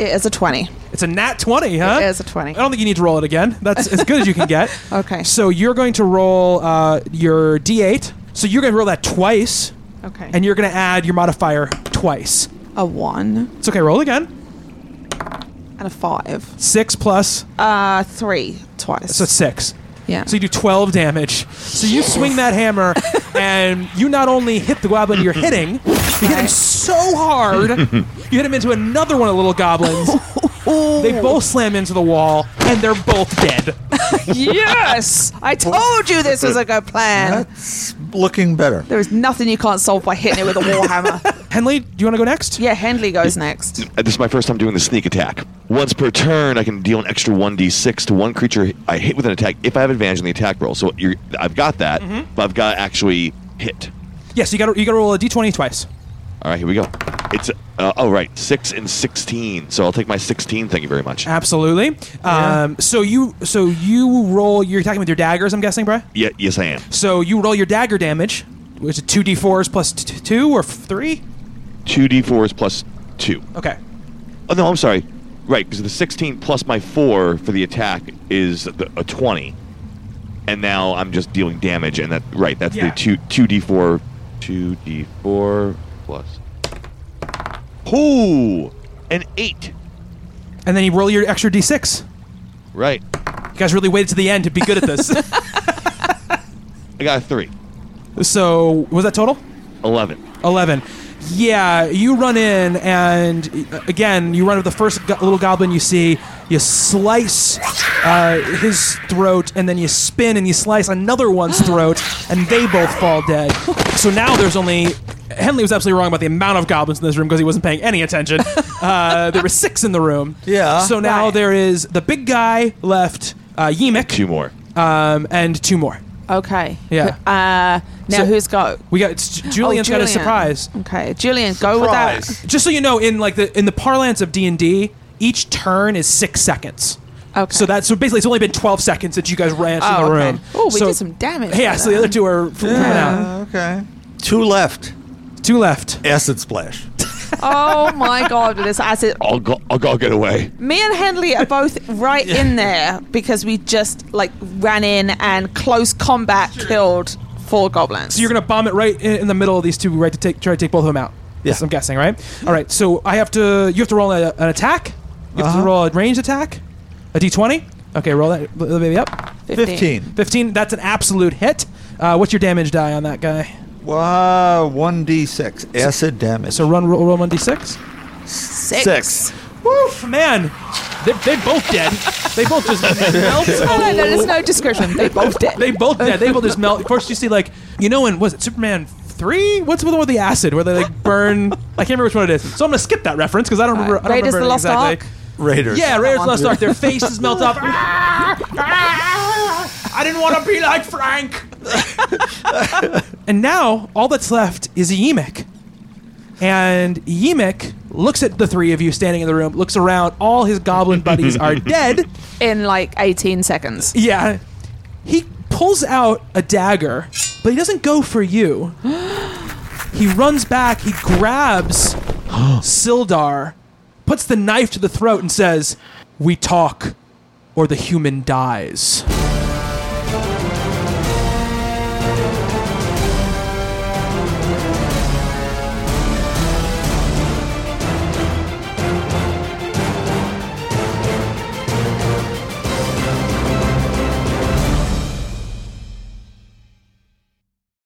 [SPEAKER 3] it is a twenty.
[SPEAKER 1] It's a nat 20, huh?
[SPEAKER 3] It is a 20.
[SPEAKER 1] I don't think you need to roll it again. That's as good as you can get.
[SPEAKER 3] Okay.
[SPEAKER 1] So you're going to roll uh, your d8. So you're going to roll that twice,
[SPEAKER 3] Okay.
[SPEAKER 1] and you're going to add your modifier twice.
[SPEAKER 3] a one
[SPEAKER 1] It's okay, roll again.
[SPEAKER 3] and a five.
[SPEAKER 1] Six plus,
[SPEAKER 3] Uh, three twice.
[SPEAKER 1] so it's six.
[SPEAKER 3] yeah.
[SPEAKER 1] So you do 12 damage. So you swing that hammer, and you not only hit the goblin you're hitting, you hit him so hard, you hit him into another one of the little goblins. They both slam into the wall, and they're both dead.
[SPEAKER 3] yes, I told you this was a good plan.
[SPEAKER 4] That's looking better.
[SPEAKER 3] There is nothing you can't solve by hitting it with a warhammer.
[SPEAKER 1] Henley, do you want to go next?
[SPEAKER 3] yeah, Henley goes next.
[SPEAKER 5] Uh, This is my first time doing the sneak attack. Once per turn, I can deal an extra 1d6 to one creature I hit with an attack if I have advantage on the attack roll. So you're, I've got that, but I've got to actually hit.
[SPEAKER 1] Yes, you got to you got to roll a d20 twice.
[SPEAKER 5] All right, here we go. It's uh, oh right, six and sixteen. So I'll take my sixteen. Thank you very much.
[SPEAKER 1] Uh, Absolutely. Um, so you so you roll. You're attacking with your daggers. I'm guessing, Bray.
[SPEAKER 5] Yeah, yes, I am.
[SPEAKER 1] So you roll your dagger damage, which is two d4s plus t- two or f- three.
[SPEAKER 5] Two d fours plus two.
[SPEAKER 1] Okay.
[SPEAKER 5] Oh no, I'm sorry. Right, because the sixteen plus my four for the attack is the, a twenty, and now I'm just dealing damage. And that right, that's
[SPEAKER 1] Yeah.
[SPEAKER 5] the two two d four, two d four plus. Ooh, an eight.
[SPEAKER 1] And then you roll your extra d6.
[SPEAKER 5] Right,
[SPEAKER 1] You guys really waited to the end to be good at this.
[SPEAKER 5] I got a three.
[SPEAKER 1] so was that total?
[SPEAKER 5] Eleven.
[SPEAKER 1] 11. Yeah, you run in, and uh, again, you run with the first go- little goblin you see. You slice uh, his throat, and then you spin and you slice another one's throat, and they both fall dead. So now there's only. Henley was absolutely wrong about the amount of goblins in this room because he wasn't paying any attention. Uh, there were six in the room.
[SPEAKER 4] Yeah.
[SPEAKER 1] So now
[SPEAKER 3] Right.
[SPEAKER 1] there is the big guy left, uh, Yemek,
[SPEAKER 5] Two more.
[SPEAKER 1] um, and two more.
[SPEAKER 3] Okay.
[SPEAKER 1] Yeah.
[SPEAKER 3] Uh, oh, now
[SPEAKER 1] So-
[SPEAKER 3] who's got?
[SPEAKER 1] We got Julian's got a surprise.
[SPEAKER 3] Okay, Julian, go
[SPEAKER 4] Surprise.
[SPEAKER 1] just so you know, in like the in the parlance of D and D, each turn is six seconds.
[SPEAKER 3] Okay.
[SPEAKER 1] So that's so basically it's only been twelve seconds since you guys ran
[SPEAKER 3] Oh,
[SPEAKER 1] through the
[SPEAKER 3] okay.
[SPEAKER 1] room.
[SPEAKER 3] Ooh, we
[SPEAKER 1] So-
[SPEAKER 3] did some damage
[SPEAKER 1] Yeah,
[SPEAKER 3] with
[SPEAKER 1] so the
[SPEAKER 3] that.
[SPEAKER 1] other two are from coming out.
[SPEAKER 4] Okay. Two left.
[SPEAKER 1] Two left.
[SPEAKER 4] Acid splash.
[SPEAKER 3] with that. Oh my God! This acid.
[SPEAKER 5] I'll go. I'll go get away.
[SPEAKER 3] Me and Henley are both right in there because we just like ran in and close combat killed four goblins.
[SPEAKER 1] So you're gonna bomb it right in, in the middle of these two, right? To take try to take both of them out. Yes,
[SPEAKER 4] Yeah.
[SPEAKER 1] I'm guessing, right? All right. So I have to. You have to roll a, an attack. You have to roll a range attack. A D20. Okay, roll that little baby up.
[SPEAKER 4] 15.
[SPEAKER 1] Fifteen. That's an absolute hit. Uh, what's your damage die on that guy?
[SPEAKER 4] Wow, 1d6. Acid damage.
[SPEAKER 1] So run roll roll one d6.
[SPEAKER 3] Six.
[SPEAKER 1] Woof, man. They, they both dead. They both just melt.
[SPEAKER 3] Oh, no, no, there's no description. They both did.
[SPEAKER 1] They both dead. They both just melt. First, you see like you know, in was it Superman three? What's the one with the acid where they like burn? I can't remember which one it is. So I'm gonna skip that reference because I don't remember. I don't
[SPEAKER 3] Raiders
[SPEAKER 1] remember
[SPEAKER 3] of the
[SPEAKER 1] it
[SPEAKER 3] Lost
[SPEAKER 1] exactly.
[SPEAKER 3] Ark?
[SPEAKER 4] Raiders.
[SPEAKER 1] Yeah, Raiders of the Lost
[SPEAKER 4] Yeah.
[SPEAKER 1] Ark. Their faces melt off. I didn't want to be like Frank. and now all that's left is Yemek. And Yemek looks at the three of you standing in the room, looks around, all his goblin buddies are dead.
[SPEAKER 3] in like 18 seconds.
[SPEAKER 1] Yeah. He pulls out a dagger, but he doesn't go for you. he runs back, he grabs Sildar, puts the knife to the throat, and says, We talk, or the human dies.